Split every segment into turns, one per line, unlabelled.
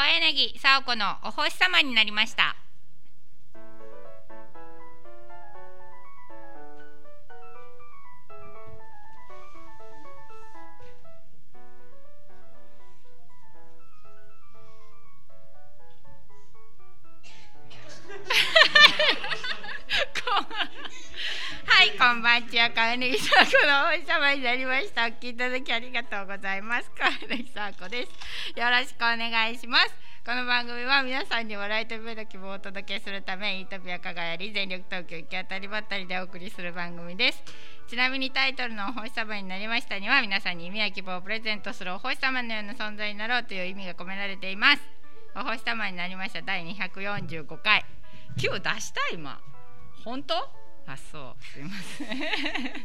柳沙子のお星様になりましたはい、こんばんちは、川柳さんこのお星様になりました。お聞きいただきありがとうございます。川柳さんこです。よろしくお願いします。この番組は皆さんに笑いと夢の希望をお届けするため、イートピア輝り全力投球行き当たりばったりでお送りする番組です。ちなみにタイトルのお星様になりましたには、皆さんに意味や希望をプレゼントするお星様のような存在になろうという意味が込められています。お星様になりました第245回。今日出した今。本当あそうすいません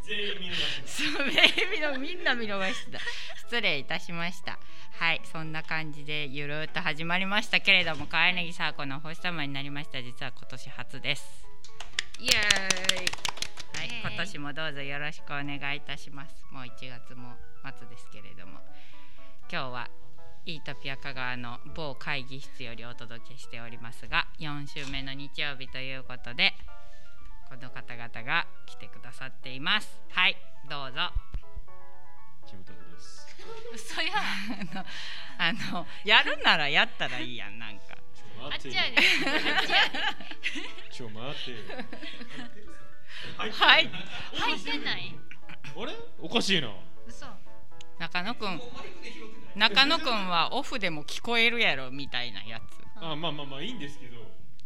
全員見逃します。
そうみんなみんな見逃してた失礼いたしましたはいそんな感じでゆるーっと始まりましたけれども川柳サーコのお星様になりました実は今年初ですイエーイはい
イエーイ
今年もどうぞよろしくお願いいたしますもう1月も末ですけれども今日はイートピア香川の某会議室よりお届けしておりますが4週目の日曜日ということでこの方々が来てくださっていますはいどうぞ
キムタクです。
嘘やん
あのやるならやったらいいやんなんか
あっ
ち
ち
ょ
や
っ
で
と
あっちやで
待ってよ。ちょ待ってよ。
はい
入ってない
あれおかしいな。
嘘
中野くん中野くんはオフでも聞こえるやろみたいなやつ
あまあまあまあいいんですけど。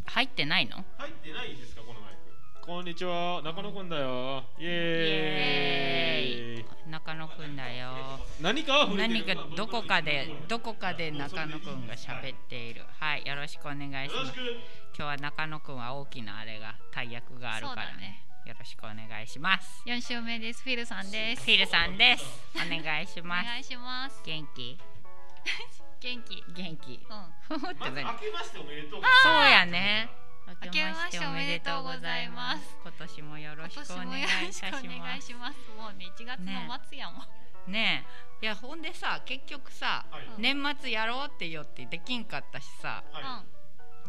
入ってないの
入ってないですかこのマイク。こんにちは中野くんだよ。イエーイ。
中野くんだよ
何かは触れて
何
る
かどこかでど
こ
こかで中野くんが喋っているはいよろしくお願いし
よろ
ま
し
す
く。
今日は中野くんは大きなあれが大役があるから
そうだ
ね
ね
よろしくお願いします
四週目ですフィルさんです
フィルさんですお願いし
お
ます
願いします
元気
元気うん
元気ふふって
まず
何
明けましておめでとう。
そうやね。
明けましておめでとうございます。
今年もよろ
今
しく
年
お
も
願いい
よろ
た
し
し
くお
ます。
願いしますもうね一月の末やもん
ねえ、いやほんでさ、結局さ、
はい
うん
年末やろうってよってできんかったしさ、
う
は
ん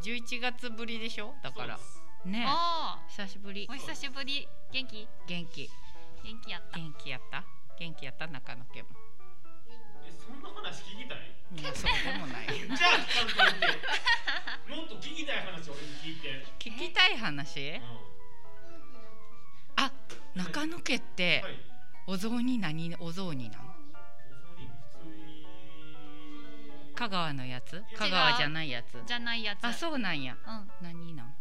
11月ぶりでしょ。だ
い。
から
そうです
ねえ、
お
久しぶり
おお。久しぶり元気
元気、
元気やった
元気やった？元気やった中野家も。
えそんな話聞きたい。
いやそうでも ない。
じゃあちゃんと言って。もっと聞きたい話を俺に聞いて。
聞きたい話
うん。？
あ、中野家って
はい。
お雑煮何お雑煮なん？
普通に。
香川のやつ？
違う
香川じゃないやつ？
じゃないやつ
あ、
う
そうなんや。
うん
何なん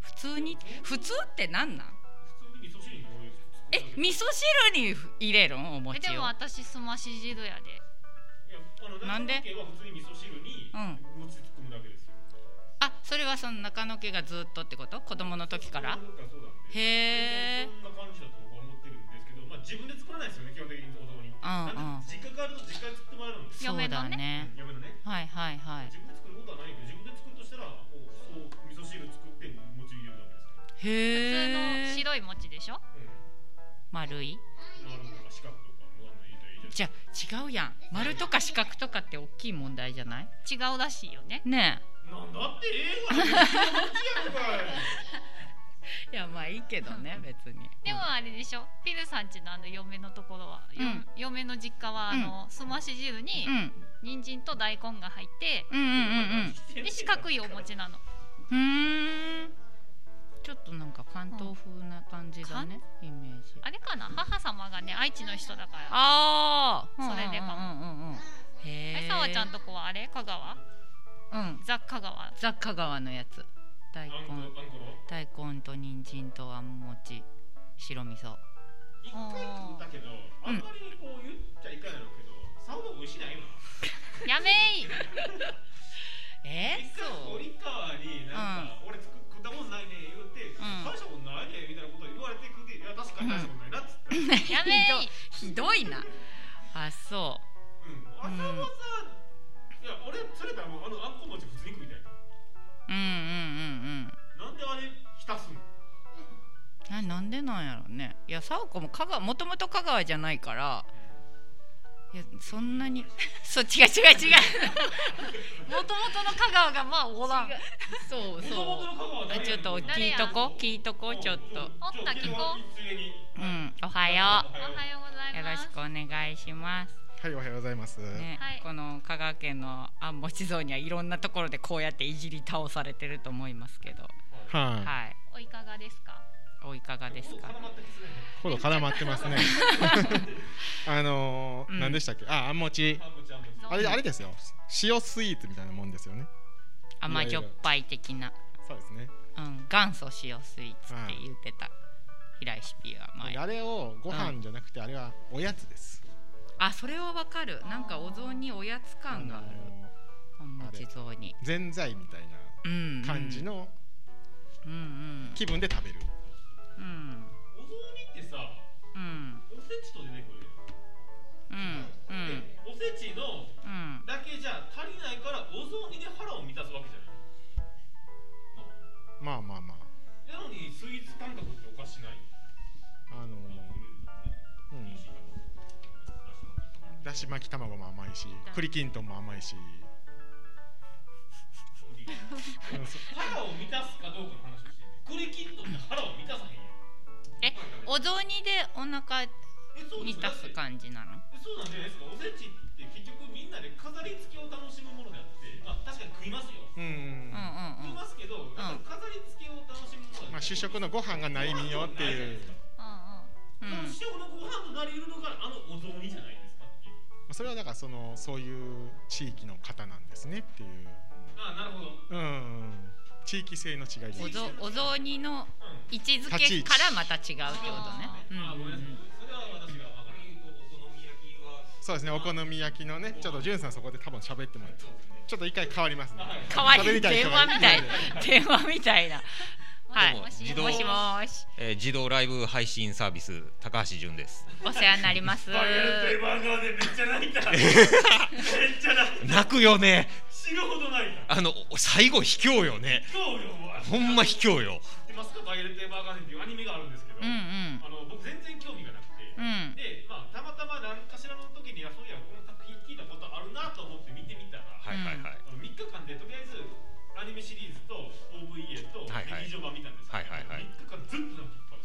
普通に普通ってなんなん
普通に味噌汁に俺
え味噌
作ったけど
汁に入れるんお
えで
餅を
も私すまし汁やで
いやあの
なんで
中野家は普通に味噌汁に
うん
餅突っ込むだけですよ
あそれはその中野家がずっとってこと子供の時から
子供の時そうなんで
へえ
そんな感じだと僕は思ってるんですけどまあ自分で作らないですよね基本的にお雑
うん
煮
うん
なんで実家があると実家で作ってもらえるんですよ
そう
嫁の
だ
ね
ね
嫁のね
はいはいはい
自分で作ることはないけど自分で作るとしたらおそう味噌汁作って餅入れるだ
普通
へ
の
え
白い餅でしょ
けですよ
丸い
うん丸とか四角とかあの入れたらいいじゃん
じゃあ違うやん丸とか四角とかって大きい問題じゃない
違うらしいよね
ね
なんだってええわ別に餅やんかい
えいやまあいいけどね別に
でもあれでしょフィルさんちのあの嫁のところは、よ
うん
嫁の実家はあの、すまし汁に
うんうん
人参と大根が入って、
うんうん
で四角いお
ち
餅なの
うんうんうーんちょっとなんか関東風な感じだねイメージ
あれかな母様がね愛知の人だから
ああ、
それでか
も。うんうんうん
あ
へ
れ
え。
さわちゃんとこはあれ香川
うん。
ザ・香川
ザ香川のやつ。大
あん
根、
こあんころ
大根と人参とあんもち、白味噌。
一回食ったけど、あんまりこう言っちゃいかんやろうけど、サウナ美味しないよな。
やめい
え
一回堀川になんか、俺作食ったことないね言うて、
ん
大したことないねみたいなこと言われてくて、いや確かに大したことないなっつって。うん、
やめい
ひどいな。あ、そ
あんまさ、いや俺それだもうあのあんこ餅普通に食いたい。
う。うんうんうんうん。
なんであれ浸すの？
ななんでなんやろうね。いや、さおこも香川、もともと香川じゃないから。いやそんなにそう違う違う違
もともとの香川がまあおらん
うそうそうあちょっと
誰
聞い
や
とこ聞いとこちょっと
おった聞こう
うんおはよ
おはようござ
う
い
よろ
ま
し
す
くお願いします
はい、おはようございます。
ね、
はい
この香川県の安保地蔵にはいろんなところでこうやっていじり倒されてると思いますけど、
は
はい、
おいかがですか
おいかがですか。
い、ほど絡まって ますね。あのー
うん
何でしたっけ？あ、あんもち。あれあれですよ。塩スイーツみたいなもんですよね。
甘じょっぱい的な、
そうですね。
うん、元祖塩スイーツって言ってた。平石 P は前
あれをご飯じゃなくて、あれはおやつです。
あそれはわかるなんかお雑煮おやつ感がある
あのー
安保地蔵に
ぜんざいみたい
うんうん
な感じの
うんうん
気分で食べる。
うん
お雑煮ってさ
うん
おせちと出てくる
うんう
やん、
ん
でおせちの
うん
だけじゃ足りないからお雑煮で腹を満たすわけじゃない
まあまあま
なのにスイーツ感覚っておかしない
あ。あのーうん。だし巻き卵も甘いし、栗きんとんも甘 いし。うんそ
腹を満たすかどうかの話をしてんねん栗きんとんって腹を満たさへ
え
んやん
お雑煮でお腹
えそうで
満
す
たす
だって
感じなの
えそうなんじゃないですかおせちって結局みんなで飾り付けを楽しむものであってまあ確かに食いますよ
ううん
うんうんう
食い
ん
ますけど、なんか飾り付けを楽しむもの
まあ主食のご飯がないみよって
う
う
いう、
でも
ん
主食のご飯となりうるのがあのお雑煮じゃないですかっていう
まあそれはだからそのそういう地域の方なんですねっていう、
ああなるほど、うん、
うんうん、地域性の違い
お
です。
ぞお雑煮の
あ
位置づけからまた違うってことね。うん
あご
うん
めんなさいそれは私が分からない
そうですね、お好み焼きのね、ちょっとじゅんさんそこで多分喋ってもらって、ちょっと一回変わりますね。
変わ
喋
り
りたい
電話みたい
喋り
な電話みたいな。はい。
どう
も
も
し
自動
もし
えー、自動ライブ配信サービス高橋純です。
お世話になります。
バイアルテーマ側でめっちゃ 泣いためっちゃ泣いた
泣くよね。
死ぬほど泣いた
あのお最後卑怯よね。
今日よもう
ほんま卑怯よ。
知ってますかバイエルテーバーガーデンっていうアニメがあるんですけど、
うんうん
あの僕全然興味がなくて、
うん
で、まあ、たまたま何かしらの時にあそういやこの作品聞いたことあるなと思って見てみたら、
はいはいはい。
あの3日間でとりあえずアニメシリーズと OVA と
はいはい
劇場版見たんですけど、
はいはいはい
3日間ずっと泣きっぱな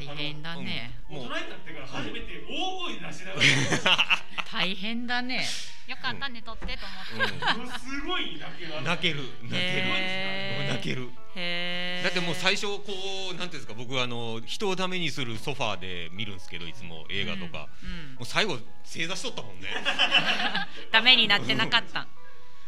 し
大変だね。
うんもう
大人になってから初めて大声出しながら
大変だね。
んよかったね撮ってと思 って、
もうすごい泣けました
泣ける泣ける、
へー
泣ける。
へえ。
だってもう最初こうなんていうんですか僕あの人をダメにするソファーで見るんですけどいつも映画とか。
うん。うん
もう最後正座しとったもんね。
ダメになってなかった。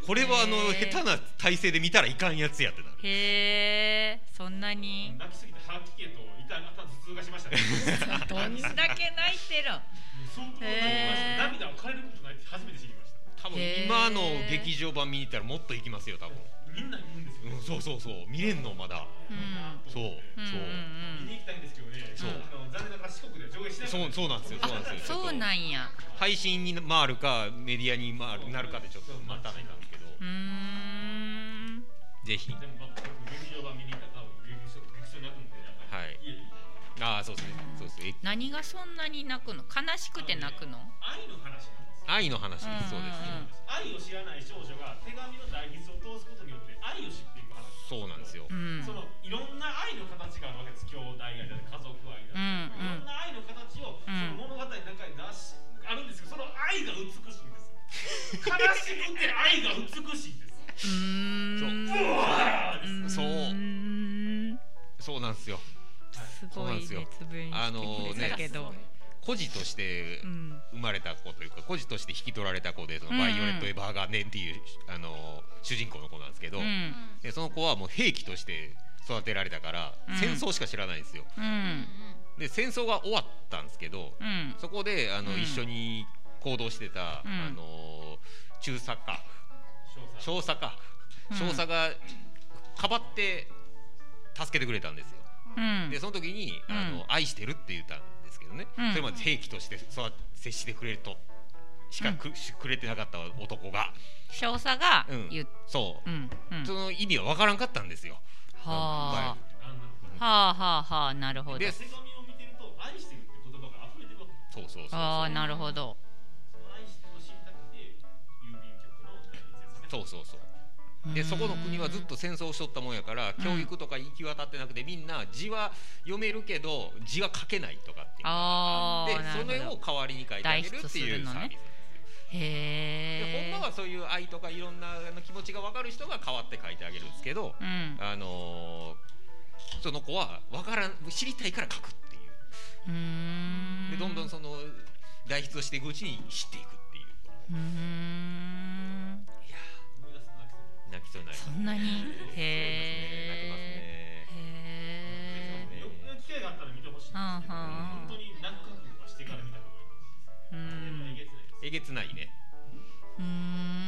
これはあの
へー
下手な体勢で見たらいかんやつやってなる。
へえ。そんなに。
泣きすぎて吐き気と痛が頭頭痛がしましたね
どんだけ泣いてるん。
相当泣きました涙を変えることないって初めて知りました
多分
へー
今の劇場版見に行ったらもっと行きますよ多分。
みんな言うんですよ、
うん、そうそうそう見れんのまだ。
うん
そう
うん
そう。
うんうん。
見に行きたいんですけどね、
そう
あの残念ながら四国では上映しない
そうそうなんですよ。そうなんですよ。ちょっ
そ
と
うなんや。
配信に回るかメディアに回るなるかでちょっとまたなんですけど、
うーん。
ぜひ。
でも、まあ、劇場版見に行ったら多分劇場劇場になるんで、やっぱ
はい
り家で
ああそうですね。そうです。え
何がそんなに泣くの悲しくて泣くの
愛の話なんです
愛の話で
う
す。
んうんうん
そうですね。
愛を知らない少女が手紙の代筆を通すことによって愛を知っていく話
そうなんですよ
う。ん
そのいろんな愛の形があるわけです兄弟愛だったり家族愛だった
うんうん
り、いろんな愛の形をその物語の中に出し、あるんですけどその愛が美しい んです悲しくて愛が美しいんです
うーん
そう
わーです
ん
そう
ーん
そうなんですよ。
すごい熱弁
あの
して
ね
だけど、
孤児として
うん
生まれた子というか孤児として引き取られた子でその
うんうん
バイオレット・エヴァーガーデンっていう、あの主人公の子なんですけど、
うん
でその子はもう兵器として育てられたから、
うん
戦争しか知らないんですよ。
う
うん
ん
で戦争が終わったんですけど、
うん
そこであの、
うん
一緒に行動してた、
うん
あの中佐か
少
少佐か
うん
少佐がかばって助けてくれたんですよ。
うん
でその時に、あ
うん
の愛してるって言ったんですけどね、
うん
それまで兵器としてそう接してくれるとしかく,、くれてなかった男が、
少佐が
うん
言っ
そう、
うんうん
その意味は分からんかったんですよ。
はあ
何なのか
はあはあはあなるほど
で
手紙を見てると愛してるって言葉が溢れてるわけ
そうそうそうそう
ああなるほど
そうそうそうでそこの国はずっと戦争をしとったもんやから
うん
教育とか行き渡ってなくてみんな字は読めるけど字は書けないとかっていうのがあって
あーな
そ
る
れ
ほど
を代わりに書いてあげ
代
る
筆
って
す
い
る
う
の
サー
ね
ビス。で
へえ
ほんまはそういう愛とかいろんなあの気持ちが分かる人が代わって書いてあげるんですけど、
うん
あのーその子は分からん知りたいから書くっていう
うーん
でどんどんその代筆をしていくうちに知っていくっていう
うーん
いや
思い出すと泣きそう
ー泣きそうになります
そんなに
泣きそうになりますね泣きます
へえ
ね
へ
え
よく機会があったら見てほしいんですけど、本当に何覚悟かしてから見た方がいい
えうー
です。え
ん
げつないです。
えげつないね
うーん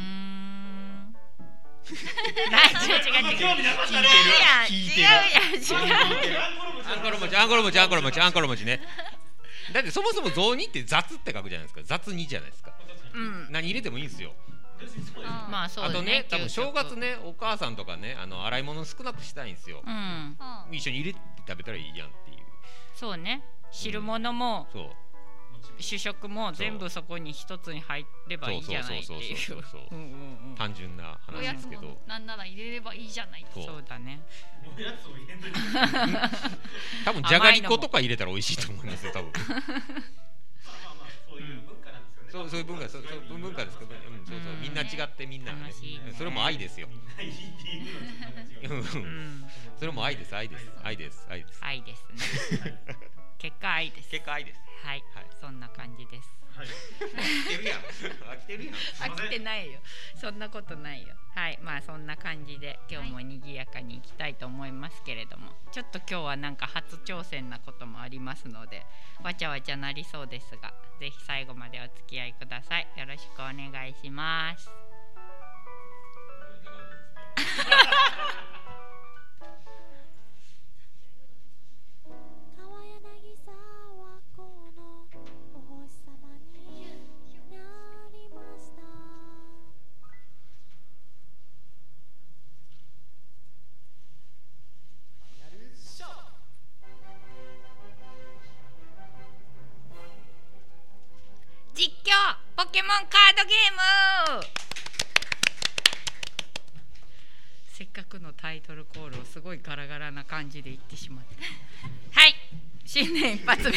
あんま興味なかったね。
聞いて
違う
る
やん違うやん違うやん
アンコロ餅アンコロ餅アンコロ餅アンコロ餅ねだってそもそも雑煮って雑って書くじゃないですか雑煮じゃないですか
うん
何入れてもいいんですよ
あーまあそう
あ
だ
とね
ね
多分
給食
正月ねお母さんとかねあの洗い物少なくしたいんですよ
う、ん
一緒に入れて食べたらいいやんっていう
そうね汁物も
そう
主食も全部そこに一つに入ればいいんじゃないっていう
そうそうそうそうそ
う
う
んうんうん
単純な
うん
話
おおやや
ですけど
なんなら入れればいいじゃない
そう
そうだね
おやつを入れといて。
多分じゃがりことか入れたら美味しいと思いますよ多分
まあまあそういう文化なんですよね。
そうそういう文化そうそう文化ですけど、うん、そうそう
うん
みんな違ってみんながね
楽しいね
それも愛ですよ
みんな ED の
う
う
んん
それも愛です愛です愛です愛です
愛ですね結果愛です
結果愛です
はい
はい
そんな感じです
はい。
飽きてるやん飽きてるやん
ま
飽
せん
きてないよそんなことないよはいまあそんな感じで今日も賑やかに行きたいと思いますけれども、ちょっと今日はなんか初挑戦なこともありますのでわちゃわちゃなりそうですがぜひ最後までお付き合いくださいよろしくお願いします
川柳さはこのお星様になりました
実況ポケモンカードゲーム
せっかくのタイトルコールをすごいガラガラな感じで言ってしまったはい新年一発目の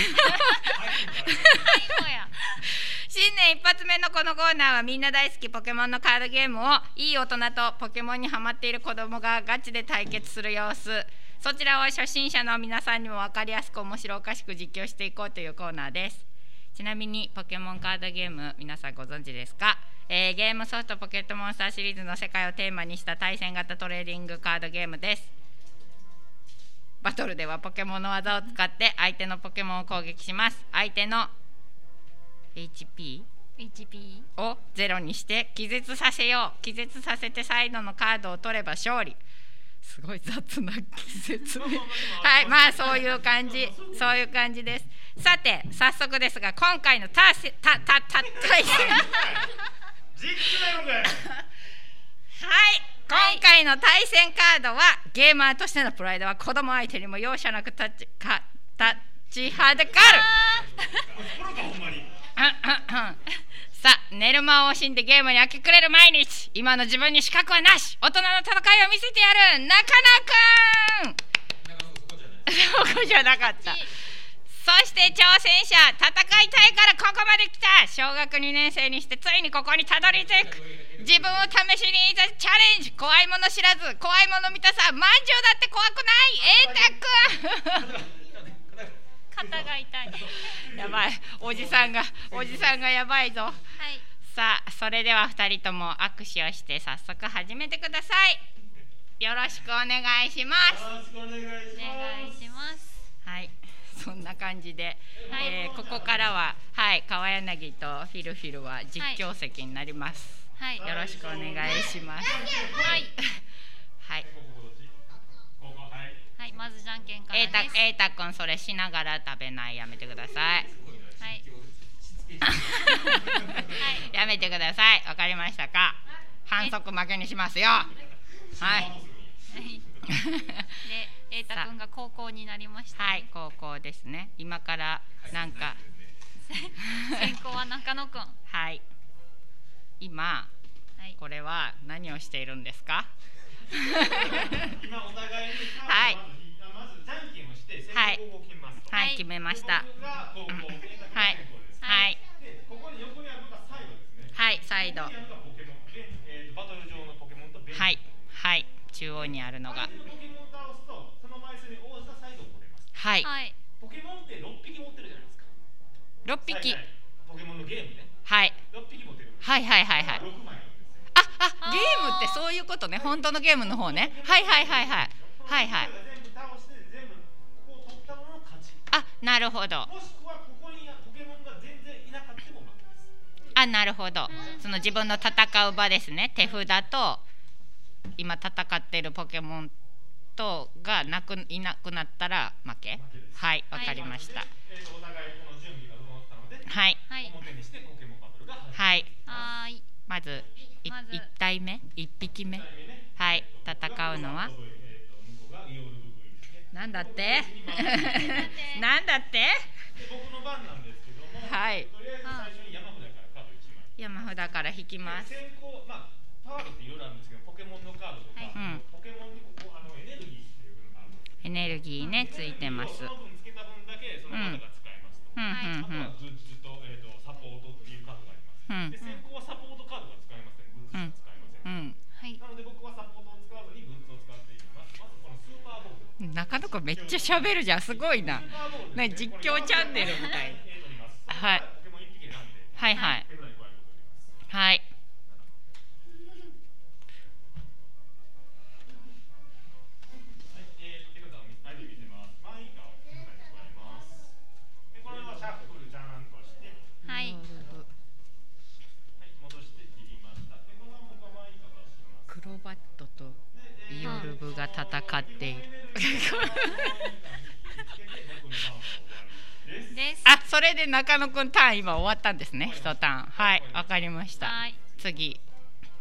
新年一発目のこのコーナーはみんな大好きポケモンのカードゲームをいい大人とポケモンにハマっている子供がガチで対決する様子そちらを初心者の皆さんにも分かりやすく面白おかしく実況していこうというコーナーですちなみにポケモンカードゲーム皆さんご存知ですか、えーゲームソフトポケットモンスターシリーズの世界をテーマにした対戦型トレーディングカードゲームですバトルではポケモンの技を使って相手のポケモンを攻撃します相手の HP
HP
をゼロにして気絶させよう気絶させてサイドのカードを取れば勝利すごい雑な気絶ねはいまあそういう感じそういう感じですさて早速ですが今回のタセタタタ対戦はい
実況だよこれ。
今回の対戦カードはゲーマーとしてのプライドは子供相手にも容赦なく立ちか立ちはだかる
プロかほんま
うんう
に。
んうん さあ寝る間を惜しんでゲームに明け暮れる毎日今の自分に資格はなし大人の戦いを見せてやるなかなくんそこじゃなかった そして挑戦者戦いたいからここまで来た小学2年生にしてついにここにたどり着く自分を試しにいざチャレンジ怖いもの知らず怖いもの見たさまんじゅうだって怖くない瑛太くん
肩が痛い
やばいおじさんがおじさんがやばいぞ
はい
さあそれでは2人とも握手をして早速始めてくださいよろしくお願いします
よろしくお願いします。
お願いします
はいそんな感じで、
はい
えーここからははい川柳とフィルフィルは実況席になります、
はい
よろしくお願いします
はい
はい
ここはい。
はいまずじゃんけんから
瑛
です
太瑛太くんそれしながら食べないやめてください
はい
やめてくださいわかりましたか反則負けにしますよはい
はいで、瑛太くんが高校になりました、
はい、高校ですね。今からなんか、
先行は中野くん。
はい。今
はい
これは何をしているんですか
今お互いにカ
はい
ードをまず、まずじゃんけんをして先攻を決めます、
はい、
はい
決めました
僕が後攻で先攻です、
はい
でここに横にあるのがサイドですね
はいサイド
横にあるのがポケモンで、えー、バトル上のポケモンとベンチ
はいはい中央にあるの
相
が
手のポケモンを倒すとその枚数に応じたサイドを取れます
はい
はい
ポケモンって6匹持ってるじゃないですか
6匹
はいはいポケモンのゲームね
はい
6匹持ってる
はいはいはいはい
6枚なんですよ
ああゲームってそういうことね本当のゲームの方ねはいはいはいはいはいはい
全部倒して全部ここを取ったものの勝ち
あなるほど
もしくはここにポケモンが全然いなかったも負けです
あなるほどその自分の戦う場ですね手札と今戦ってるポケモンとがなくいなくなったら負け
負けです
はいわかりました
えーとお互いこの準備が整ったので
はい
はい
表にしてポケモンバトルが始まる
はい
はーい
まずい
まず
一体目一匹目はい戦うのは
えーと向こうがイオルググイですね
なんだってなんだって
で僕の番なんですけども、
はい
とりあえず最初に山札からカード1枚
山札から引きます
先行まあカードっていろいろあるんですけどポケモンのカードとか、
はい
うん
ポケモンにここあのエネルギーっていうのがあるんです
エネルギーねついてます
その分つけた分だけそのカードが使えますと、
うん
あと
うんうん
はグッズと,、えー、とサポートっていうカードがありま
うん
すで先行はサポートカードが使えませんグッズしか使えません、
うん
はい
なので僕はサポートを使わずにグッズを使っていきますまずこのスーパーボー
中
ル
野子めっちゃ喋るじゃんすごいな
スーパーボール
ね
です
実況チャンネルみたい
えーと見ます
はい
ポケモン一匹選んで
はいはい
手札に加えること
は
になります
い
はい、えーと手札を見相手に見せますマイガを手札に加えますでこれはシャッフルちゃんとしては
はい
い戻して切りましたでこのまま僕はマイガを出します
クロバットと
でえ
イ
ー
オルブが戦っている
です
あそれで中野くんターン今終わったんですね一ターンはいわかりました
はい
次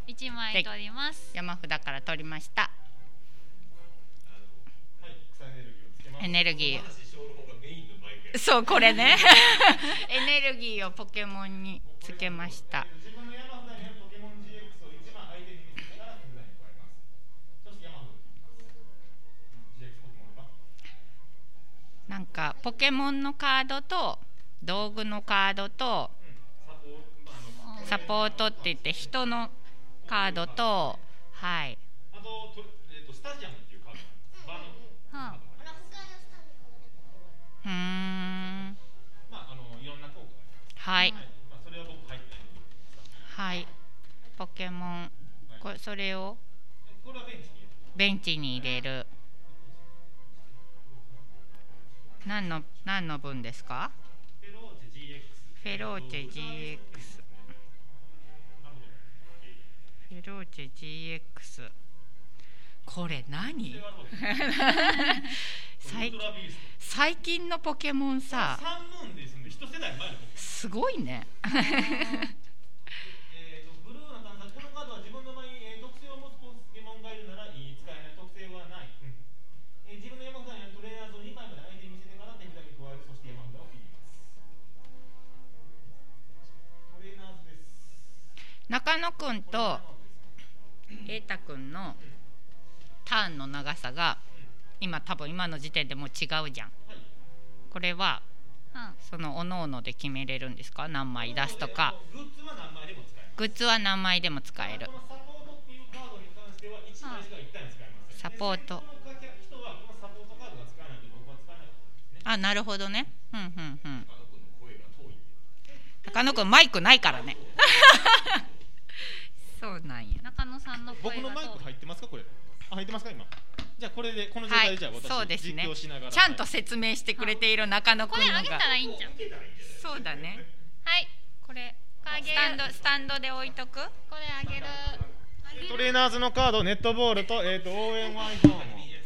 一枚取ります
山札から取りましたエネルギーそうこれ ねエネルギーをポケモンにつけました
自分の山札にあるポケモン GX を一番相手に見せたら手札に加えますそして山札を切ります GX ポケモンは
なんかポケモンのカードと道具のカードと
サポートまああの
サポートって言って人のカードとはい
あととえーとスタジアムっていうカードがあるんです
はあ
うーん
まああのいろんな効果があります
はい
まあそれは僕入ってないんで
はいポケモンこそれを
これはベンチに入れて
ベンチに入れる何の何の分ですか
フェローチェ GX
フェローチェ GX
なるほど
フェローチェ GX これ
そ
何
れはどうですかウ
最
ルトラビース
最近のポケモン
ト
さ
サンムーンですんで一世代前のポケモン
すごいね
えーとブルーの探索このカードは自分の場合、えー特性を持つポケモンがいるならいい使えない特性はない、えー自分の山札にあるトレーナーズを2枚まで相手に見せてから手札に加えるそして山札を切りますトレーナーズです
中野くん
これ
と
は山札です
瑛太くんのターンの長さが今多分今の時点でもう違うじゃん
はい
これ
は
は
あ
そのおのおので決めれるんですか何枚出すとか
グッズは何枚でも使えます
グッズは何枚でも使える
このサポートっていうカードに関しては1枚しか1回使えませ
サ
ん
ポート
で先行の人はこのサポートカードが使えないので僕は使えなかったですね
あなるほどねうんうんうん中野くんマイクないからね そうなんや
中野さんの
僕
声
の
が
マイク入ってますかこれあ入ってますか今じゃあこれでこの状
は
態で
い
じゃあ私、
そうですね
実況しながら
ちゃんと説明してくれている中野く
こ
ん
れ
の
あげた
が
らいいんじゃん
そうだね
はいこれ
スタンドスタンドで置いとく
これあげる
トレーナーズのカードネットボールと,、えー、と応援ワイフォンを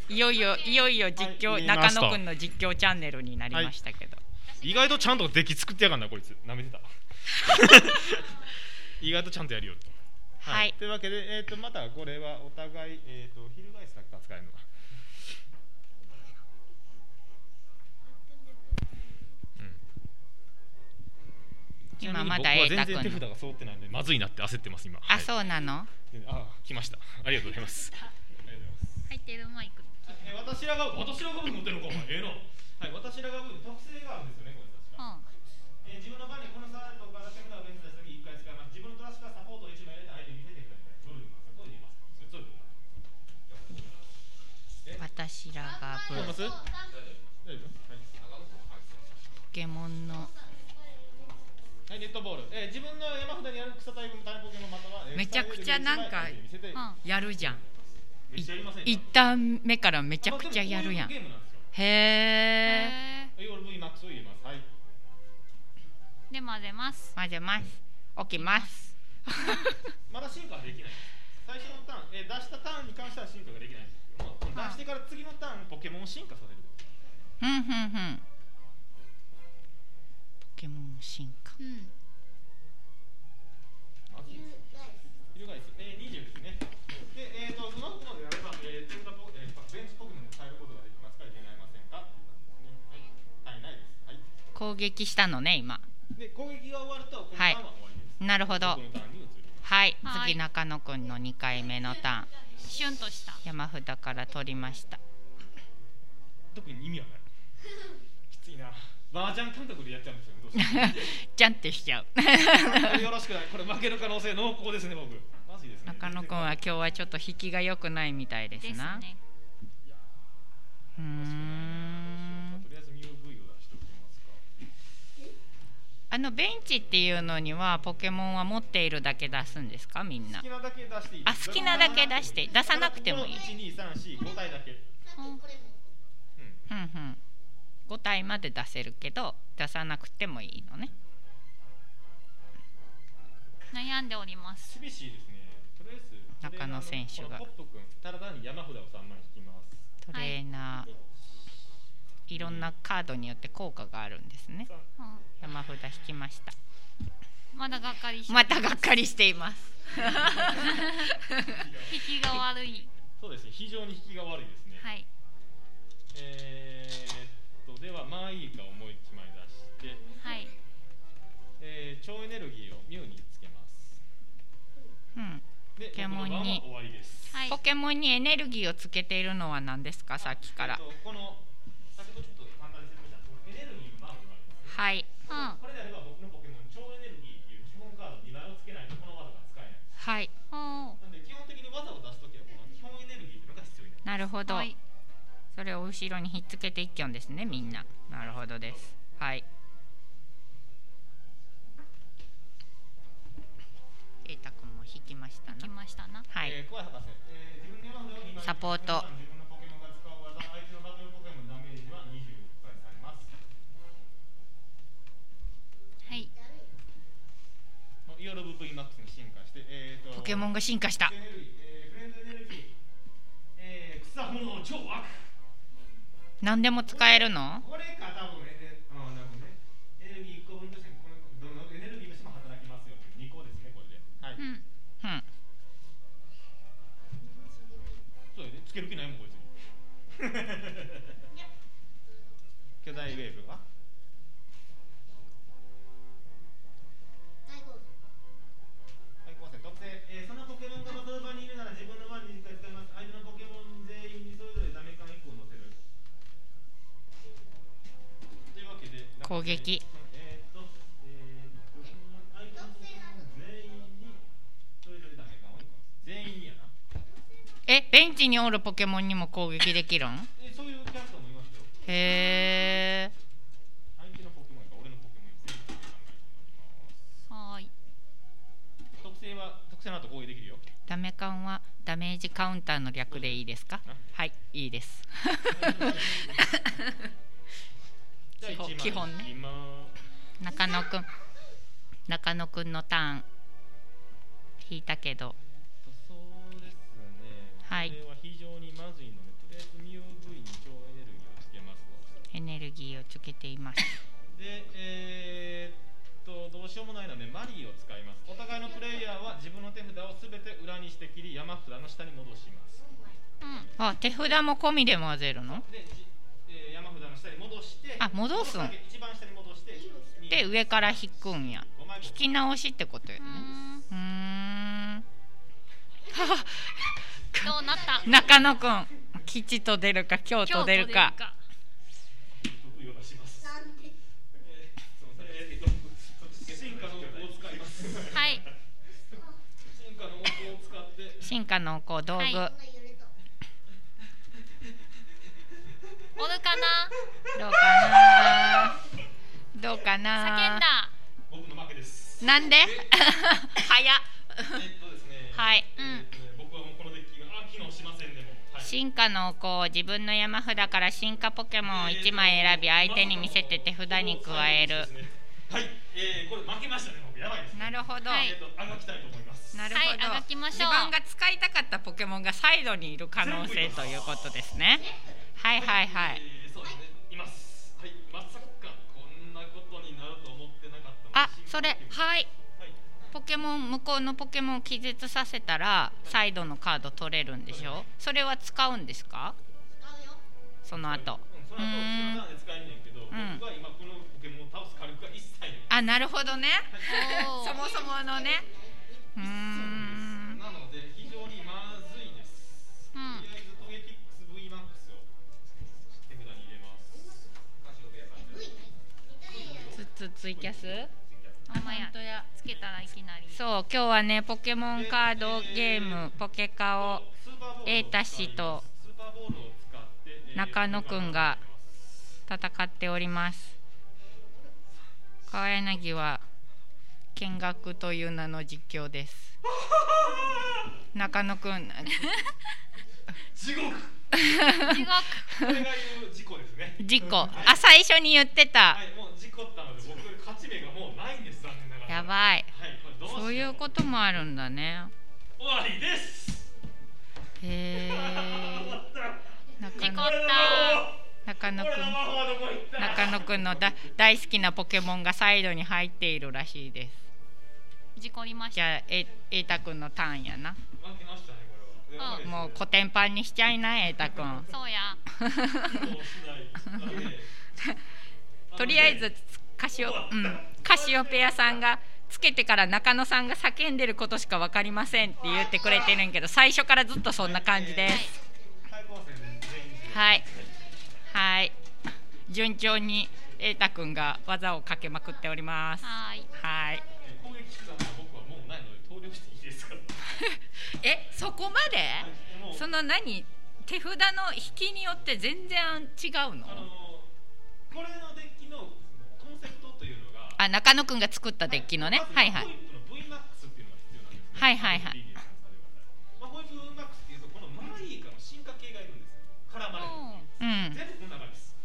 いよいよいよいよ実況、
はい見ま
中
した
野くんの実況チャンネルになりましたけど、
意外とちゃんとデッキ作ってやがんなこいつなめてた 意外とちゃんとやるよと
はい
というわけで、えー、とまたこれはお互い、えー、と翻すだけ扱えるのがちな
今
みに
まだ
僕は
瑛太君
全然手札が揃ってないのでまずいなって焦ってます今は
あ
い
そうなの
あ来ましたありがとうござい ます
入ってるマイク
え私らが私らが部持ってるのかお前ええなはい私らが部特性があるんですよねこれ確か
本
えー自分の番にこのサードから手札を別に出した時1回使います自分のトラッシュからサポートを1枚入れて相手に見せてくださいゾルマさんこれ言えますそれゾルマ
私らがブ
聞こえ
ポ
ます大丈夫はい
ケモンの
はい、ネットボール、えー、自分の山札にある草タイプのタイプポケモンまたは、えー
めちゃくちゃなんか
草タイプのゲーム
本
やるじゃん
見せてめっちゃやりませんか
一旦目からめちゃくちゃやるやん
あ
へ
でもこういうゲームなんです
え
よ
へ
はい俺も VMAX を入れますはい
ーで混ぜます
混ぜます起きます
まだ進化はできない最初のターン、えー、出したターンに関しては進化ができないんですけどもこの出してから次のターンポケモンを進化させるこ
ふ
と
んふんふんポケモン進化
うん
まずいですよがですえー、20ですねでえー、とその他のでやれば、えー手札ポえーベンチポケモンを変えることができますから狙いませんかっていう感じですねはい、はい、ないですはい
攻撃したのね今
で攻撃が終わるとこのターンは終わりです、
なるほど
このターンに移ります
はい
はい
次中野くんの2回目のタ
シュンとした
ーン山札から取りました
特に意味わかるきついな麻雀感覚でやっちゃうんですよねどう しても
ジャンってしちゃう
これよろしくないこれ負ける可能性濃厚ですね僕マジですね
中野くんは今日はちょっと引きが良くないみたいです
です
な
ね
うー
よろしくないなど
ん
うしようかとりあえず MUV を出しておきますか
あのベンチっていうのにはポケモンは持っているだけ出すんですかみんな
好きなだけ出していい
あ好きなだけ出して出さなくてもいい
1235体だけ
う
う
ん
んうん5体まで出せるけど出さなくてもいいのね
悩んでおります
厳しいですねとりあえず
中野選手が
このポップ君ただ単に山札を3枚引きます
トレーナー、、
はい
ろんなカードによって効果があるんですね
さあ
うん
山札引きました
まだがっかりして
またがっかりしてい ます
引きが悪い
そうですね非常に引きが悪いですね、
はい
えー、っとではマイーカをもう1枚出して
はい
えー、超エネルギーをミュウにつけます。
うん
で、
ポケモンに
僕の番は終わりです。
はい
ポケモンにエネルギーをつけているのは何ですかさっきから
えとこの先ほどちょっと簡単に説明したこのエネルギーの番があります。
はい
うん
これであれば僕のポケモン超エネルギーっていう基本カード2枚をつけないとこの技が使えない。
はい
お
なんで基本的に技を出すときはこの基本エネルギーっていうのが必要になる。
なるほ
ー
ど、
はい
それを後ろにひっつけていきょんですねみんななるほどですはい瑛太くんも引きました
来
な
ましたな
はい、
えー、桑井博士、えー、自分の山札を2枚
サポート
自分のポケモンが使う技、相手のバトルポケモンのダメージは20回されます。
はい
イオロブ VMAX に進化して、えー、と
ポケモンが進化した
エネルギー、えー、フレンドエネルギー、えー、草炎超悪。
何でも使えるの
これか多分エネ,、うんなるほどね、エネルギー1個分としてこのどのエネルギーとしても働きますよっていう2個ですねこれで、はい
うん
うん
そうやでつける気ないもんこいつに 巨大ウェーブがはいコンセントで、えー、そのポケモンがバトル場にいるなら自分の番に使います相手のポケモン全員にそれぞれダメ缶1個を乗せるというわけで
攻撃
えーっとえーっと相手のポケモン全員にそれぞれダメ缶を1個乗せる全員やな
えベンチにおるポケモンにも攻撃できるん
えそういうキャラクターもいますよ
へえ
相手のポケモンか俺のポケモンに全部考えてもらいます
はーい
特性は特性の後攻撃できるよ
ダメ缶はダメージカウンターの略でいいですかはいいいです
じゃあ
基本
1枚
基本ね
引きます
中野くん中野くんのターン引いたけど
そうですね
はい
これは非常にまずいのでとりあえずミュウ V に超エネルギーをつけます
エネルギーをつけています
でえー、っとどうしようもないのでマリーを使いますお互いのプレイヤーは自分の手札をすべて裏にして切り山札の下に戻します
うん
あ手札も込みで混ぜるの
で、じえー山札の下に戻して
あ戻すん
この下げ一番下に戻して
で上から引くんや
5枚
引き直しってことよね
うーん
うーん
どうなった
中野くん吉と出るか京
今
と
日
出るか
を出します。えーすいませんえーっと進化の王を使います。
はい
進化の王を使って
進化のこう道具、
はおるかな
どうかなどうか
叫ん
な
だ
僕の負けです。
なん で早っ
えーっとですね。
はい
うん
えー僕はもうこのデッキがあ機能しませんでも。はい
進化の子を自分の山札から進化ポケモンを1枚選び相手に見せて手札に加える
はい、えー、これ負けましたね、僕やばいです、ね。
なるほど、
は
えっ、と、あがきたいと思います。
なる
は
ほ
い
ど、
あがきまし
自
ょう
分が使いたかったポケモンがサイドにいる可能性ということですねはいはいはい
えーそうですね、います。はい、まさかこんなことになると思ってなかったので。
あそれ
は
はい
い。
ポケモン向こうのポケモンを気絶させたらサイドのカード取れるんでしょそれは使うんですかその後
うん、それはどうするかで使えんねんけど、
ん
僕は今このポケモンを倒す火力が一切ない。
あなるほどね
おー
そもそものねうーん
なので、非常にまずいです。
うん
とりあえず、トゲティックス V マックスを手札に入れます。カシオペアさんです
つつツイキャス
お前や
本当や
つけたらいきなり
そう今日はねポケモンカードゲームポケカを
スーパーボールを使いま
瑛太
す
氏と
スーパーボールを使ってえー
中野くんが戦っております川柳は見学という名の実況です中野くん
地獄
地獄
これが言う事故ですね
事故あ最初に言ってた
はいもう事故ったので僕勝ち目がもうないんです残念ながら
やばい
はいこれどうしよ
そういうこともあるんだね
終わりです
へえ
事故
中
っ
野
た
中野
こ
く
れの魔
ん
法はどこ行った
中野くんのだ大好きなポケモンがサイドに入っているらしいです
事故りまし
じ
た
ゃあえ瑛太くんのターンやな
負けましたねこれは
うん
もうコテンパンにしちゃいな瑛太くん
そうや
もうしないので
とりあえずカシオ、うん、カシオペアさんがつけてから中野さんが叫んでることしか分かりませんって言ってくれてるんけど最初からずっとそんな感じで
はい
す
対抗戦で全員で
はいはい順調に瑛太くんが技をかけまくっております
はーい
はい
えー攻撃手段が僕はもうないので投了していいですか
えそこまで
もう
その何手札の引きによって全然違うの
あのこれのデッキのコンセプトというのが
あ中野くんが作ったデッキのねはいはい
まずホイップの VMAX っていうのが必要なんですね
はいはいはい
まあ、ホイップ VMAX っていうとこのマーイーカの進化系がいるんです絡まれる
も
う
全
ん
部この中です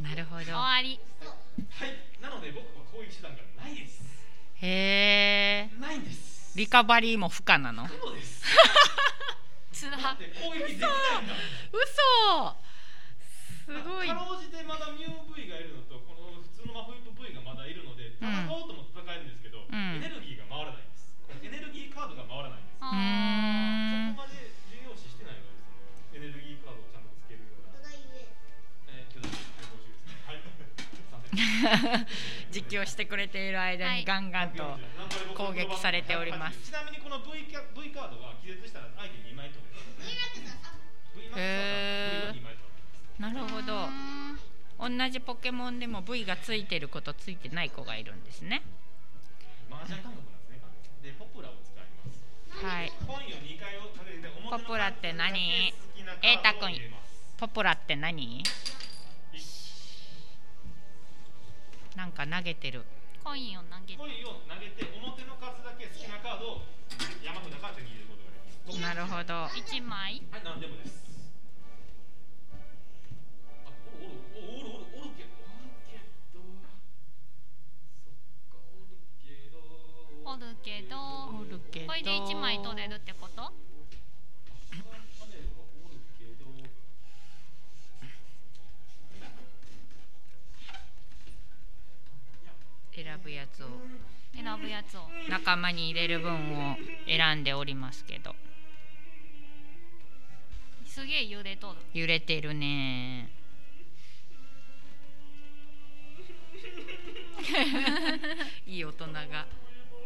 なるほ
う終
ど
わり
はいなので僕は攻撃手段がないです
へえ
ないんです
リカバリーも不可なの
そうです
つら
だって攻撃できないんだもん
嘘すごい
かろうじてまだミュー V がいるのとこの普通のマホイップ V がまだいるので戦おうとも戦えるんですけど、
ん
エネルギーが回らないんですエネルギーカードが回らないんです
う
うーん
そこまで重要視してないのでそのエネルギーカードをちゃんとつけるようなえー巨大な解放中ですねはいさて
実況してくれている間
は
に
い
ガンガンと、攻撃されております
ちなみにこの V カ V カードは気絶したら相手に2枚取れる V マックス
へー
は V マックスは
なるほ
う
ど
ーん
同じポケモンでも V がついてる子とついてない子がいるんですね
マージャン感覚なんですね感覚でポプラを使います
はい
コインを2回を立てて表
ポ
の
プラって何
エ
瑛太君ポプラって何なんか投げてる
コインを投げて
コインを投げて表の数だけ好きなカードを山札から手に入れることができます僕
なるほど
一枚
はい、なんでもです。あ、おるおるおるおるおるけど、おるけど。そっか、おるけど。
おるけど
おるけど
これで一枚取れるってこと
パネルはおるけど。
選ぶやつを
選ぶやつを
仲間に入れる分を選んでおりますけど
すげえ揺れとる
揺れてるねいい大人が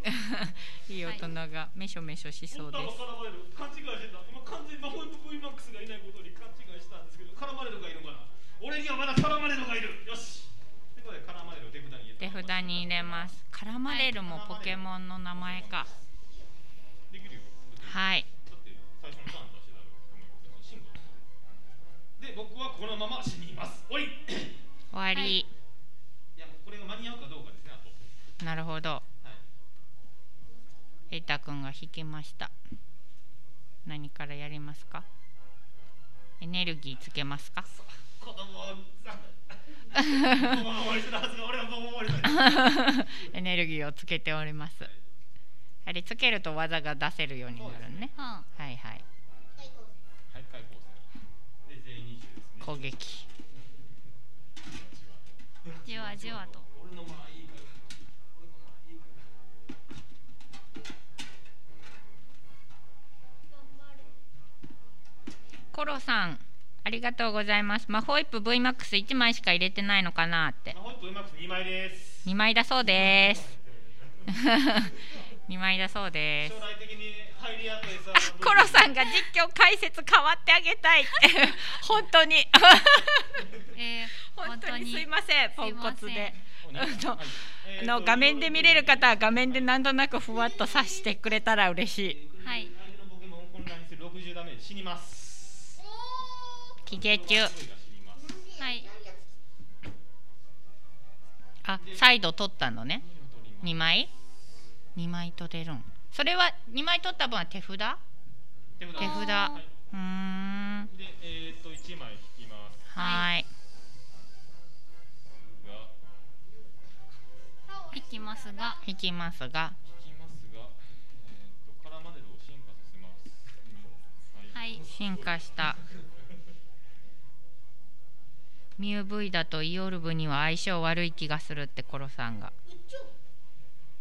いい大人がめしょめしょしそうで
本当は絡まれる勘違いしてた今完全にマホイップ V マックスがいないことに勘違いしたんですけど絡まれるがいるのかな俺にはまだ絡まれるがいるよしということで絡まれるを手札に入れ
す手
て
札に入れます絡まれるもポケモンの名前か
できるよ
はい
だって最初のターン出してたらシンゴで僕はこのまま死にますおい い
終わり、
やこれが間に合うかどうかですねあと
なるほど
はい
エイタくんが引きました何からやりますかエネルギーつけますか
子供をさボコボコにしてたはずが俺はボコボコにされた
エネルギーをつけておりますあれつけると技が出せるようになるね
うん
はいはい
はい開口戦で全員20ですね
攻撃
じわじわと
俺のまあいいから俺のまあいいから
コロさんありがとうございますマホイップ VMAX1 枚しか入れてないのかなって
ホイップうまく2枚です
2枚だそうです2枚だそうです
将来的に入り合ってさ
あコロさんが実況解説変わってあげたいって 本当に
えー、
本当にすいませんポンコツで
ん
あの
え
あ
ー
の
と
画面で見れる方は画面で何となくふわっと指してくれたら嬉しい
はい
相手のポケモンを混乱にする60ダメージ死にます
期限中
はい
あサイド取ったのね2枚2枚取れるんそれは2枚取った分は手札う
手札
手札
はい
ーん
でえっと1枚引きます
はい
が
引きますが
引きますが
引きますがえっとカラマネルを進化させます
はい
進化したミュー V だとイオルブには相性悪い気がするってコロさんが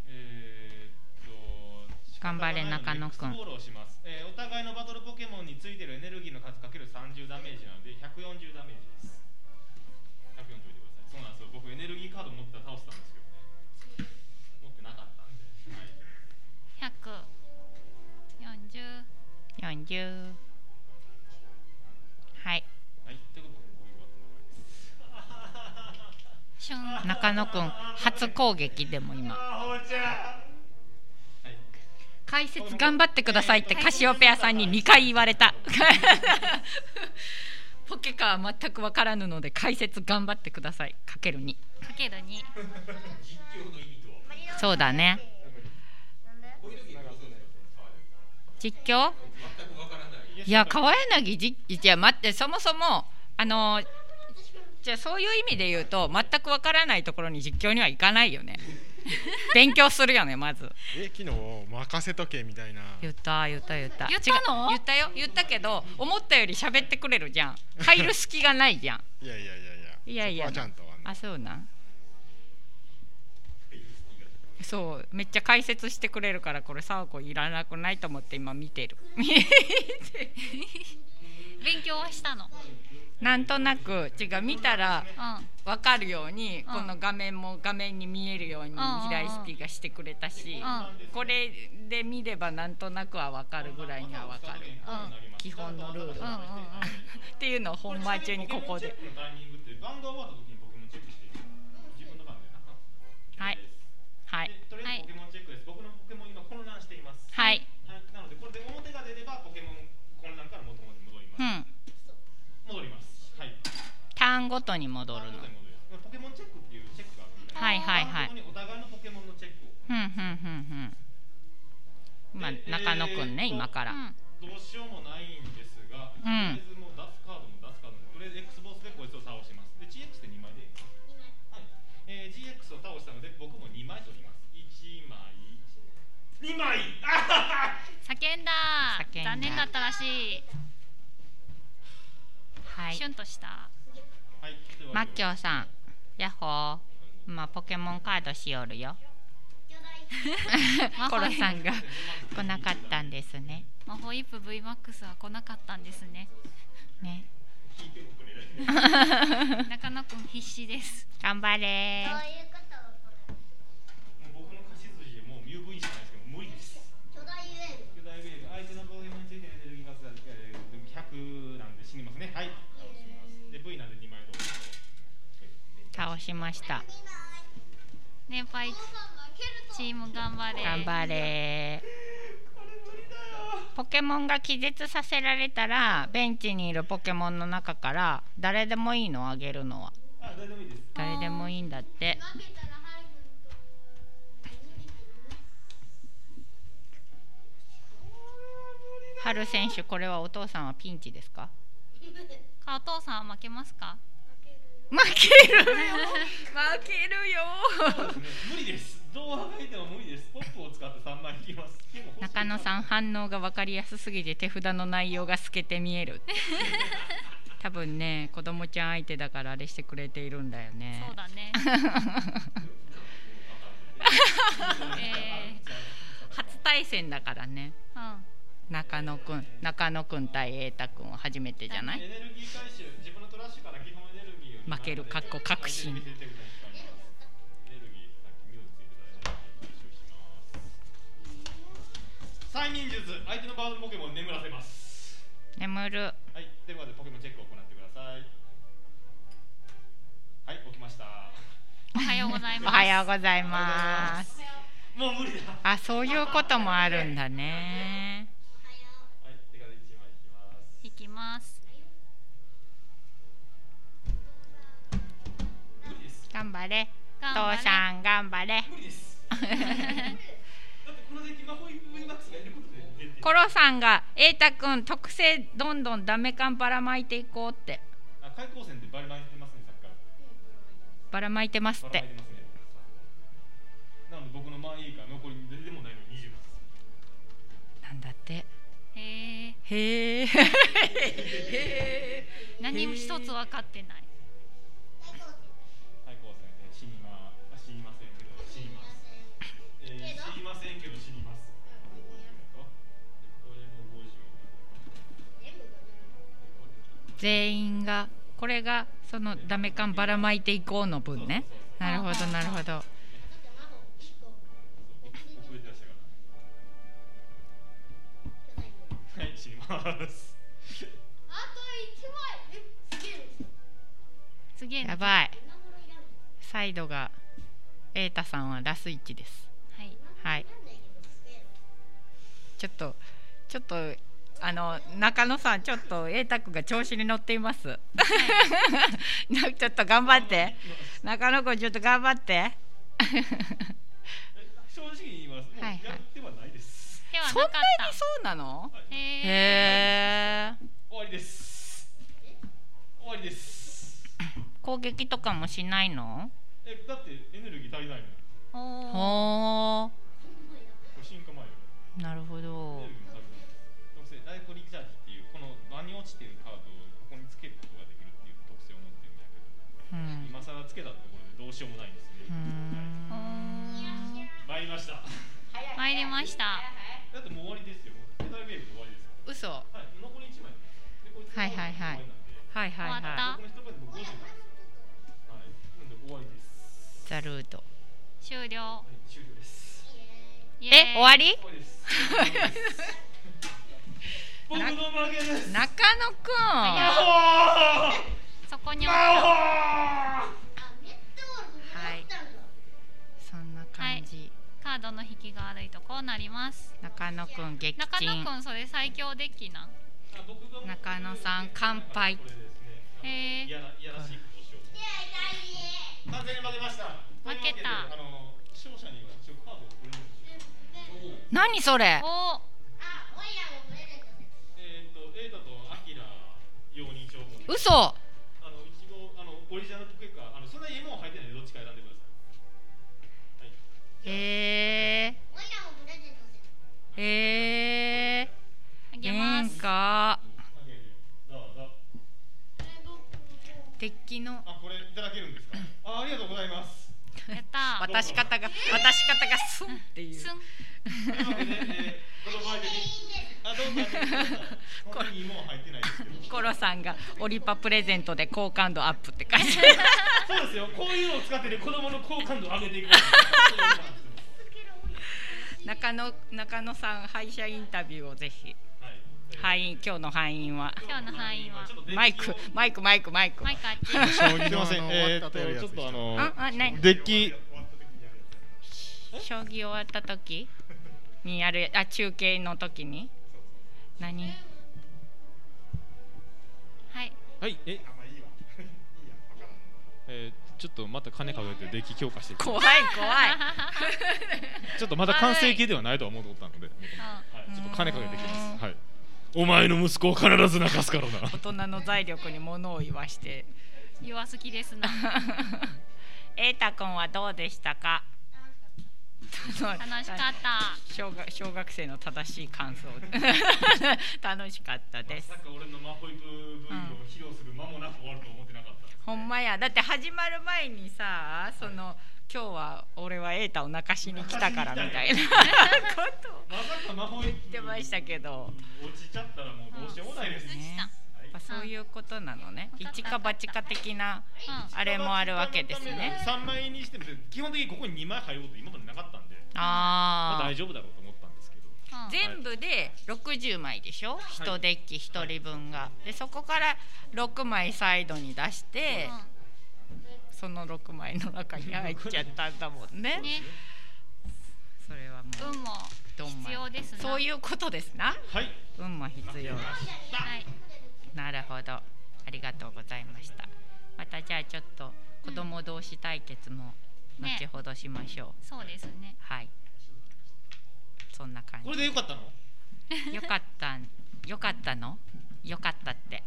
えーっと
頑張れ中野くん
仕方がないのでミックスボールをします、えーお互いのバトルポケモンについてるエネルギーの数かける30ダメージなので140ダメージです140でくださいそうなんですよ僕エネルギーカード持ってたら倒したんですけどね持ってなかったんで、はい、
140
40はい
はい、ということで僕はこのぐらいです
中
瞬
野くん初攻撃でも今
あーおちゃはい
解説頑張ってくださいってカシオペアさんに2回言われ たポケカは全く分からぬので解説頑張ってくださいかける2
かける2
実況の意味とは
そうだね
こういう時にどうするんですか
実況
全くわからない
いや川柳じじゃあ待ってそもそもあのじゃあそういう意味で言うと全くわからないところに実況には行かない よね勉強するよねまず
え昨日任せとけみたいな
言った言った言った
言ったの
違う言ったよ言ったけど思ったより喋ってくれるじゃん入る隙がないじゃん
いやいやいやいや
いやいや
そこはちゃんとあの
あそうなんそうめっちゃ解説してくれるからこれサーコいらなくないと思って今見 てる
勉強はしたの
なんとなく違う見たら
うん
分かるように、
うん
この画面も画面に見えるように平井式がしてくれたし、
う
これで見ればなんとなくは分かるぐらいには分かる、
う
基本のルール、
んうん
っ
うんうん
ていうのを本番中にここで
ちなみにポケモンチェックのタイミングってバンド終わった時に僕もチェックしていい自分の番でな
はいはい
でとりあえずポケモンチェックです、僕のポケモン今混乱しています
はい
はい、なのでこれで表が出ればポケモン混乱から元々に戻り
う
ます、
ん
戻りますはい
ターンごとに戻るの
元に戻りますポケモンチェックっていうチェックがあるみたいな
はいはいはい
そこにお互いのポケモンのチェックを
ふんふんふんふん今
で
中野くんね
えー
今から、
うん
どうしようもないんですが、と
ん
りあえずもう出すカードも出すカードもとりあえず XBOX でこいつを倒しますで GX で2枚ではい、えー、GX を倒したので僕も2枚取ります1枚2枚 あはは
叫んだ
叫んだ
残念だったらしい、
はい
シュンと した
はい、という
マ
わ
ッ
けで
キョウさんヤッホー今ポケモンカードしおる よコロさんが来なかったんですね
魔法イップ VMAX は来なかったんですね
ね
中野くん必死です
頑張れー
いうことを
しました
年配チーム頑張れ
頑張れポケモンが気絶させられたらベンチにいるポケモンの中から誰でもいいのあげるのは
あ誰でもいいです
誰でもいいんだってハル選手これはお父さんはピンチですか
かお父さんは負けますか
負けるよ負ける よ
ね無理ですどう考えても無理ですポップを使って3枚引きますでも欲しい
中野 さん反応が分かりやすすぎて手札の内容が透けて見える多分ね子供ちゃん相手だからあれしてくれているんだよね
そうだねえ
初対戦だからね
ーうん
中野くん中野くん対瑛太くんは初めてじゃない
エネルギー回収自分のトラッシュから基本エネルギーを
負けるかっこ確信
エネルギーさっき目をついてたら回収します催眠術相手のバードポケモンを眠らせます
眠る
はいということでポケモンチェックを行ってくださいはい起きました
おはようござい
お
ます
はようございます
もう無理だは
あそういうこともあるんだね
い手から1枚いきます
いきます
無理です
頑張れ
頑張れ
父さん頑張 れ
無理ですだってこのデッキ魔法イブイマックスがいることで出て
コロさんが瑛太くん特性どんどんダメ感ばらまいていこうって
あ開口戦でバリバリ出てますねさっきから
ばらまいてますっ
笑
て
えてますねなので僕の前いいから残り出てもないのに20なんです
なんだって
へえ
へえ
何も一つ分かってな
は
い
い高専で死にまあ死にませんけど死にます、えー、死にませんけど死にますこれも50
全員がこれがそのダメ感ばらまいていこうの分ねなるほどなるほど
遅れてらっしゃるからはい死にます
すげえな
やばいサイドが瑛太さんはラス1です
はい
はいちょっとちょっとあの中野さんちょっと瑛太君が調子に乗っています なちょっと頑張って中野君ちょっと頑張って
正直に言いますもう
はいはい
やってはないです、
ではな
そん
か
な
っ
に
た
そうなの
へえ
へえ
終わりです終わりです
攻撃とかもしないの
えだってエネルギー足りないのこ
おお
ほ
れ進化前よ
ーなるほど
特性ライフリチャージっていうこの場に落ちてるカードをここにつけることができるっていう特性を持ってるんや
うん
けど今更つけたところでどうしようもないんです
うー
ね、
ん
参りましただって
参りました
もう終わりですよペダルウェーブで終わりです
嘘
か
は
らはい残り1枚でこいつ
はいはいはい
残り
いはい
終わっ
は
た
なんで僕の一番で僕50なんですはいなんで終わりです
いザルート
終了
はい終了です
イエーイ
え終わり
終わりです僕の負けです
中野くん
早い
あー
そこにおった
はいそんな感じ、
カードの引きが悪いとこうなります
中野くん撃
中野
沈
くんそれ最強デッキなん
中野さん乾杯
へ
い
え
やらいやらしいことをしよう完全に負けました
負けた
というわけであの勝者には一応カードをくれるんですよ
何それ
お
えっ、とエイタとアキラ用に一応持って
嘘は
あの一応あのオリジナルポケカあのそんなに M を入ってないのでどっちか選んでくださいはい
えー、え
あ
ー、
げま
なん
す
か
あげるどうぞ
敵の
あこれいただけるんですか あありがとうございます
やった
渡し方が渡し方がスンっていう
すん
というわけで、えー、この場合で あどうぞこれにも入ってないですけ ど
コロさんがオリパプレゼントで好感度アップって感じ
そうですよこういうのを使ってね子供の好感度を上げていく
中野中野さん歯医者インタビューをぜひ
はい
敗因今日の敗因は
今日の 範囲は
マイクマイクマイクマイク
マイクあっち
将
す
棋
い
の
ま
あ
せん
の終わ
えー
った
っ
とやるや
と
つ
ちょっとあ
で
の
ああ何
デッキ
将棋終わった時にやるあ中継の時に何
はい
はいええーちょっとまた金数えてデッキ強化していく
怖い怖い
ちょっとまだ完成形ではないとは思っておったので、もともとはい、ちょっと金かけてきます。はい。お前の息子を必ず泣かすからな。
大人の財力に物を言わして
うん弱すぎですな
瑛太君はどうでしたか楽
楽しかった
小学小学生の正しい感想楽しかったです
か俺のマホイプ文
具を
披露する間もなく終わると思ってなかった。
ほんまやだって始まる前にさその今日は俺は瑛太を泣かしに来たからみたいな ことを
まさかマホイ
言
プ
ってましたけど
落ちちゃったらもうどうしようもないです
うちさん
やっぱそういうことなのね一か八か的な
うん
あれもあるわけですね。
三枚にしても基本的にここに二枚入ること今までなかったんで、まあ
あ
大丈夫だろうと思ったんですけど。
うん
全部で60枚でしょ1デッキ1人分がでそこから6枚サイドに出してその6枚の中に入っちゃったんだもん
う
ね
んね
それはもう
運も
どんま
必
い
要ですな
そう
う
いうことですな
はい。
運も必要
はい
なるほどありがとうございましたまたじゃあちょっと子供同士対決も
ね
後ほどしましょう、
そうですね
はいそんな感
これでよかったの？
じよかったんよかったのよかったって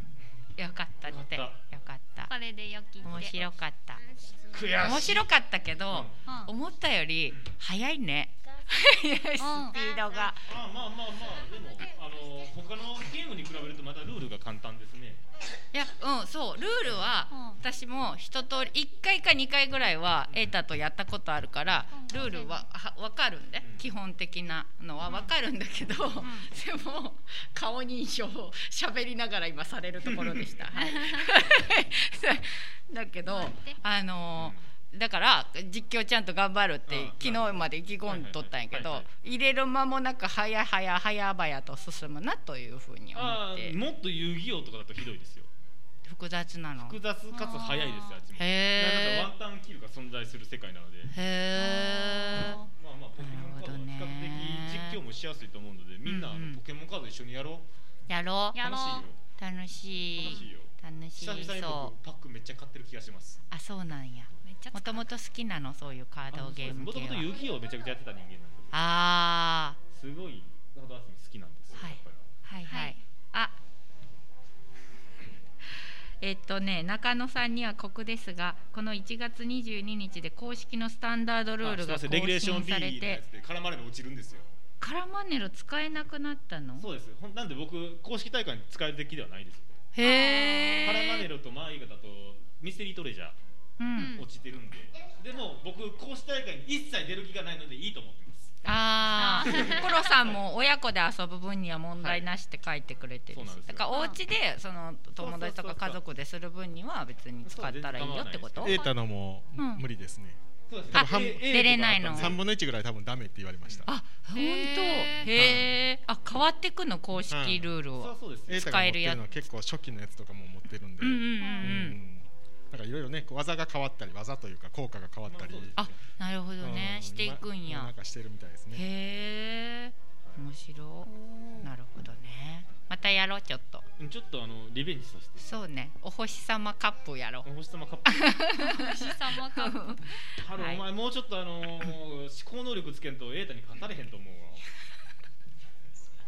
よかったってよ
よ
か
か
った
これでよきって
面白かった
悔
面
しい。
白かったけど、
うん
思ったより早いね スピードが
あまあまあまあでもあの他のゲームに比べるとまたルールが簡単ですね。
いやうんそうルールは
うん
私も一通り1回か2回ぐらいはエータとやったことあるから
う
ル
ん
ールはは分かるんで
うん
基本的なのは分かるんだけどでも顔認証を喋りながら今されるところでした。はいだけどあのーだから実況ちゃんと頑張るって
うん
昨日まで意気込んでとったんやけ
はい
ど
はいは
入れる間もなく早々早々と進むなというふうに思
あ
っ
ー
て
もっと遊戯王とかだとひどいですよ。
複雑なの。
複雑かつ早いですよあっちも。
へー
なんかワンタンキルが存在する世界なので。
へー
まあまあポケモンカードは比較的実況もしやすいと思うので、みんなあ
うんうん
のポケモンカード一緒にやろう。
やろう
やろ
楽し
楽し
いよ。楽しい
い
よ。
楽し
久々に
そう
僕パックめっちゃ買ってる気がします。
あそうなんや
めっちゃ
もともと好きなのそういうカードゲーム
もと
系
もと遊
は
戯王めちゃくちゃやってた人間なんで
あ
すごいカード集め好きなんですよ。
はい
やっぱり
ーはいはい、
はい
あ えっとね中野さんには酷ですがこの1月22日で公式のスタンダードルールが更
あすいませ
新
んレギュレーション B
さ
の
れ
や
て
つで絡まれば落ちるんですよ。
カラマネロ使えなくなったの
そうです。ほんなんで僕公式大会に使えるべきではないです。
へ
カラマネ
え、
ロとマーイガだとミステリートレジャー
うん、
落ちてるんで、でも僕公式大会に一切出る気がないのでいいと思ってます。
ああ
あ
コロさんも親子で遊ぶ分には問題なしって書いてくれてるし、
はいそうなんです
だ
よ
からお家でその友達とか
そうそうそうそう
家族でする分には別に使ったらいいよってこと
そう
データのもう
うん
無理ですね。
そうです
あ
多分
出
A- A
れないの
とかあったん
三
で
分の一ぐらい多分ダメって言われました。
あ本当
へ
へ
ー
えあ変わってくの公式ルール
そりゃ
は、
そうですよ
エータが持ってるのは結構初期のやつとかも持ってるんで。
うん、うんうんう
うんんなんかいろいろねこう技が変わったり技というか効果が変わったり。
あなるほどね
うん
していくん
今な
や
んかしてるみたいですね。
へえ面白いなるほどねまたやろうちょっと
うんちょっとあのリベンジさせて
そうねお星様カップやろう
お星様カップ
星様かも
ハローお前もうちょっとあのー思考能力つけんとエータに勝たれへんと思 うわ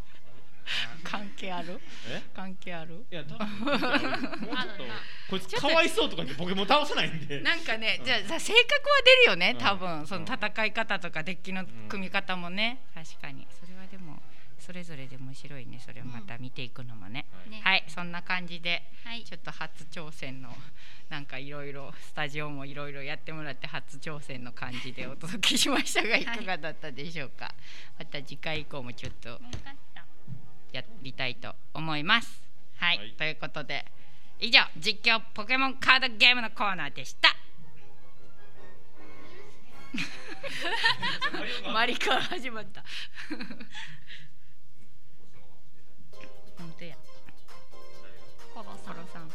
関係ある
え
関係ある
いや多分 もうちょっとこいつ
ちょっ
か
と
わいそうとか言ってポケモン倒せないんで
なんかね、
うん
じゃあさ性格は出るよね、多分、
うん
その戦い方とかデッキの組み方もね、確かにそれはでもそれぞれで面白いねそれをまた見ていくのもね、
はい
ね
はいそんな感じで
はい
ちょっと初挑戦のなんかいろいろスタジオもいろいろやってもらって初挑戦の感じでお届けしましたがいかがだったでしょうか、また次回以降もちょっと
分かった
やりたいと思いますはい、
はい
ということで以上実況ポケモンカードゲームのコーナーでしたマリカー始まった本当や
コロ
コ
さん
ロさん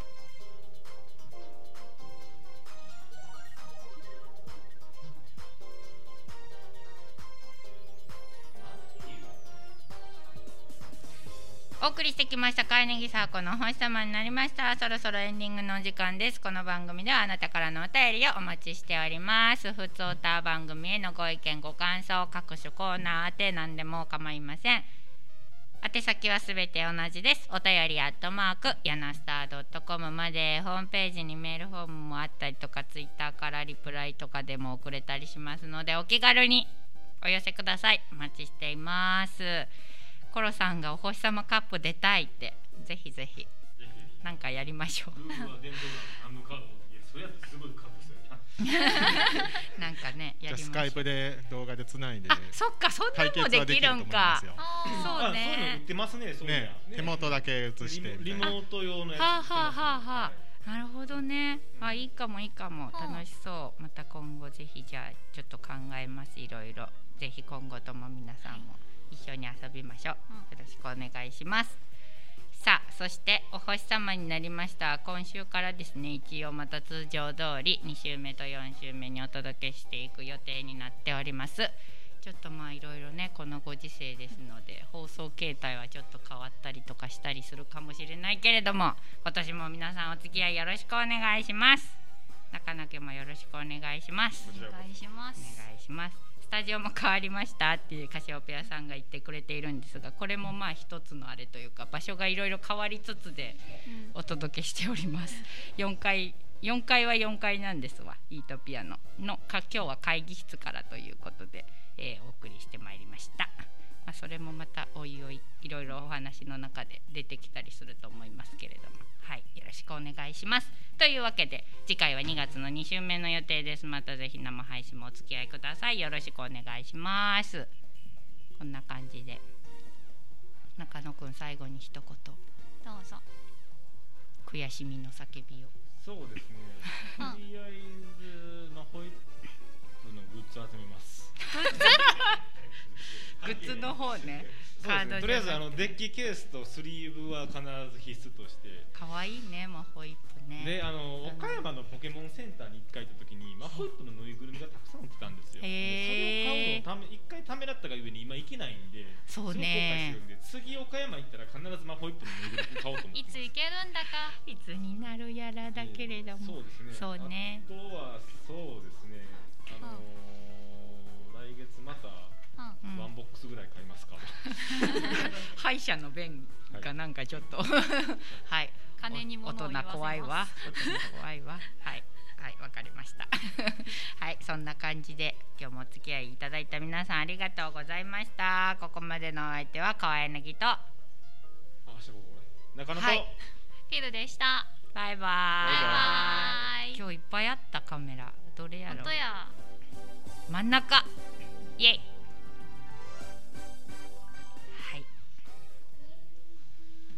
お送りしてきました飼いネギサーコのお星様になりましたそろそろエンディングのお時間ですこの番組ではあなたからのお便りをお待ちしておりますふつおた番組へのご意見ご感想各種コーナー宛て何でも構いません宛先はすべて同じですお便りアットマークヤナスター .com までホームページにメールフォームもあったりとかツイッターからリプライとかでも送れたりしますのでお気軽にお寄せくださいお待ちしていますコロさんがお星様カップ出たいってぜひぜひ
ぜひぜひ
なんかやりましょ
ルールは伝統なのあのカード持ってきてそれやったらすごいカットしたよな
うなんかね
じ
や
ゃあ
りましょう
スカイプで動画でつないで
あそっかそん
対
な
決
も
は
で
で
き
きると
る
思い
ん
ま
か
すよ。
あー
そう
あそういうの売
ね
ってますねそうい
ね
や、
手元だけ映してみた
リ
い
モ
な。
リモート用のやつ
はあはあはあはあなるほどね。
うん
あ、いいかもいいかも。
うん
楽しそう。また今後ぜひじゃあちょっと考えます。いろいろ。ぜひ今後とも皆さんも一緒に遊びましょう。
う
よろしくお願いします。さあそしてお星様になりました今週からですね一応また通常通り2週目と4週目にお届けしていく予定になっておりますちょっとまあいろいろねこのご時世ですので放送形態はちょっと変わったりとかしたりするかもしれないけれども今年も皆さんお付き合いよろしくお願いします中野家もよろしくお願いします
こちら
お
こ
願いします
お願いしますスタジオも変わりましたっていうカシオペアさんが言ってくれているんですがこれもまあ一つのあれというか場所がいろいろ変わりつつで
うん
お届けしております4階4階は4階なんですわイートピアノのか今日は会議室からということで、えーお送りしてまいりました、まあ、それもまたおいおいいろいろお話の中で出てきたりすると思いますけれどもはいよろしくお願いしますというわけで次回は2月の2週目の予定ですまたぜひ生配信もお付き合いくださいよろしくお願いしますこんな感じで中野くん最後に一言
どうぞ
悔しみの叫びを
そうですね
うん
とりあえず、まあ、ホイップのグッズ集めます
グッズの方ね。
そう
カ
です
ードじゃなくて
ねとりあえずあのデッキケースとスリーブは必ず必須として
可愛いね、マホイップね。
であの
うん
岡山のポケモンセンターに1回行った時にマホイップのぬいぐるみがたくさん売ってたんですよでそ
へー
れを買うのをため一回ためらったがゆえに今行けないんで
そう
す
ね
ごい後悔してるんで次岡山行ったら必ずマホイップのぬいぐるみ買おうと思って
い
ます
つ行けるんだか
いつになるやらだけれども
そう。ですね
そうね
あとはそうですねあのー、来月また
う
うん
ワンボックスぐらい買いま すか、
歯医者の弁がなんかちょっとはい。
金に物を
大
言わ
人
せます
怖いわ。大人怖いわ。はい。はい、わかりました。 はい、そんな感じで今日もお付き合いいただいた皆さんありがとうございました。ここまでのお相手は川柳と
あ明日ここ俺中野と、
はい
んフィルでした
バイバイ。
バイバイ
今日いっぱいあったカメラ。どれやろう
本当や
真ん中イエイ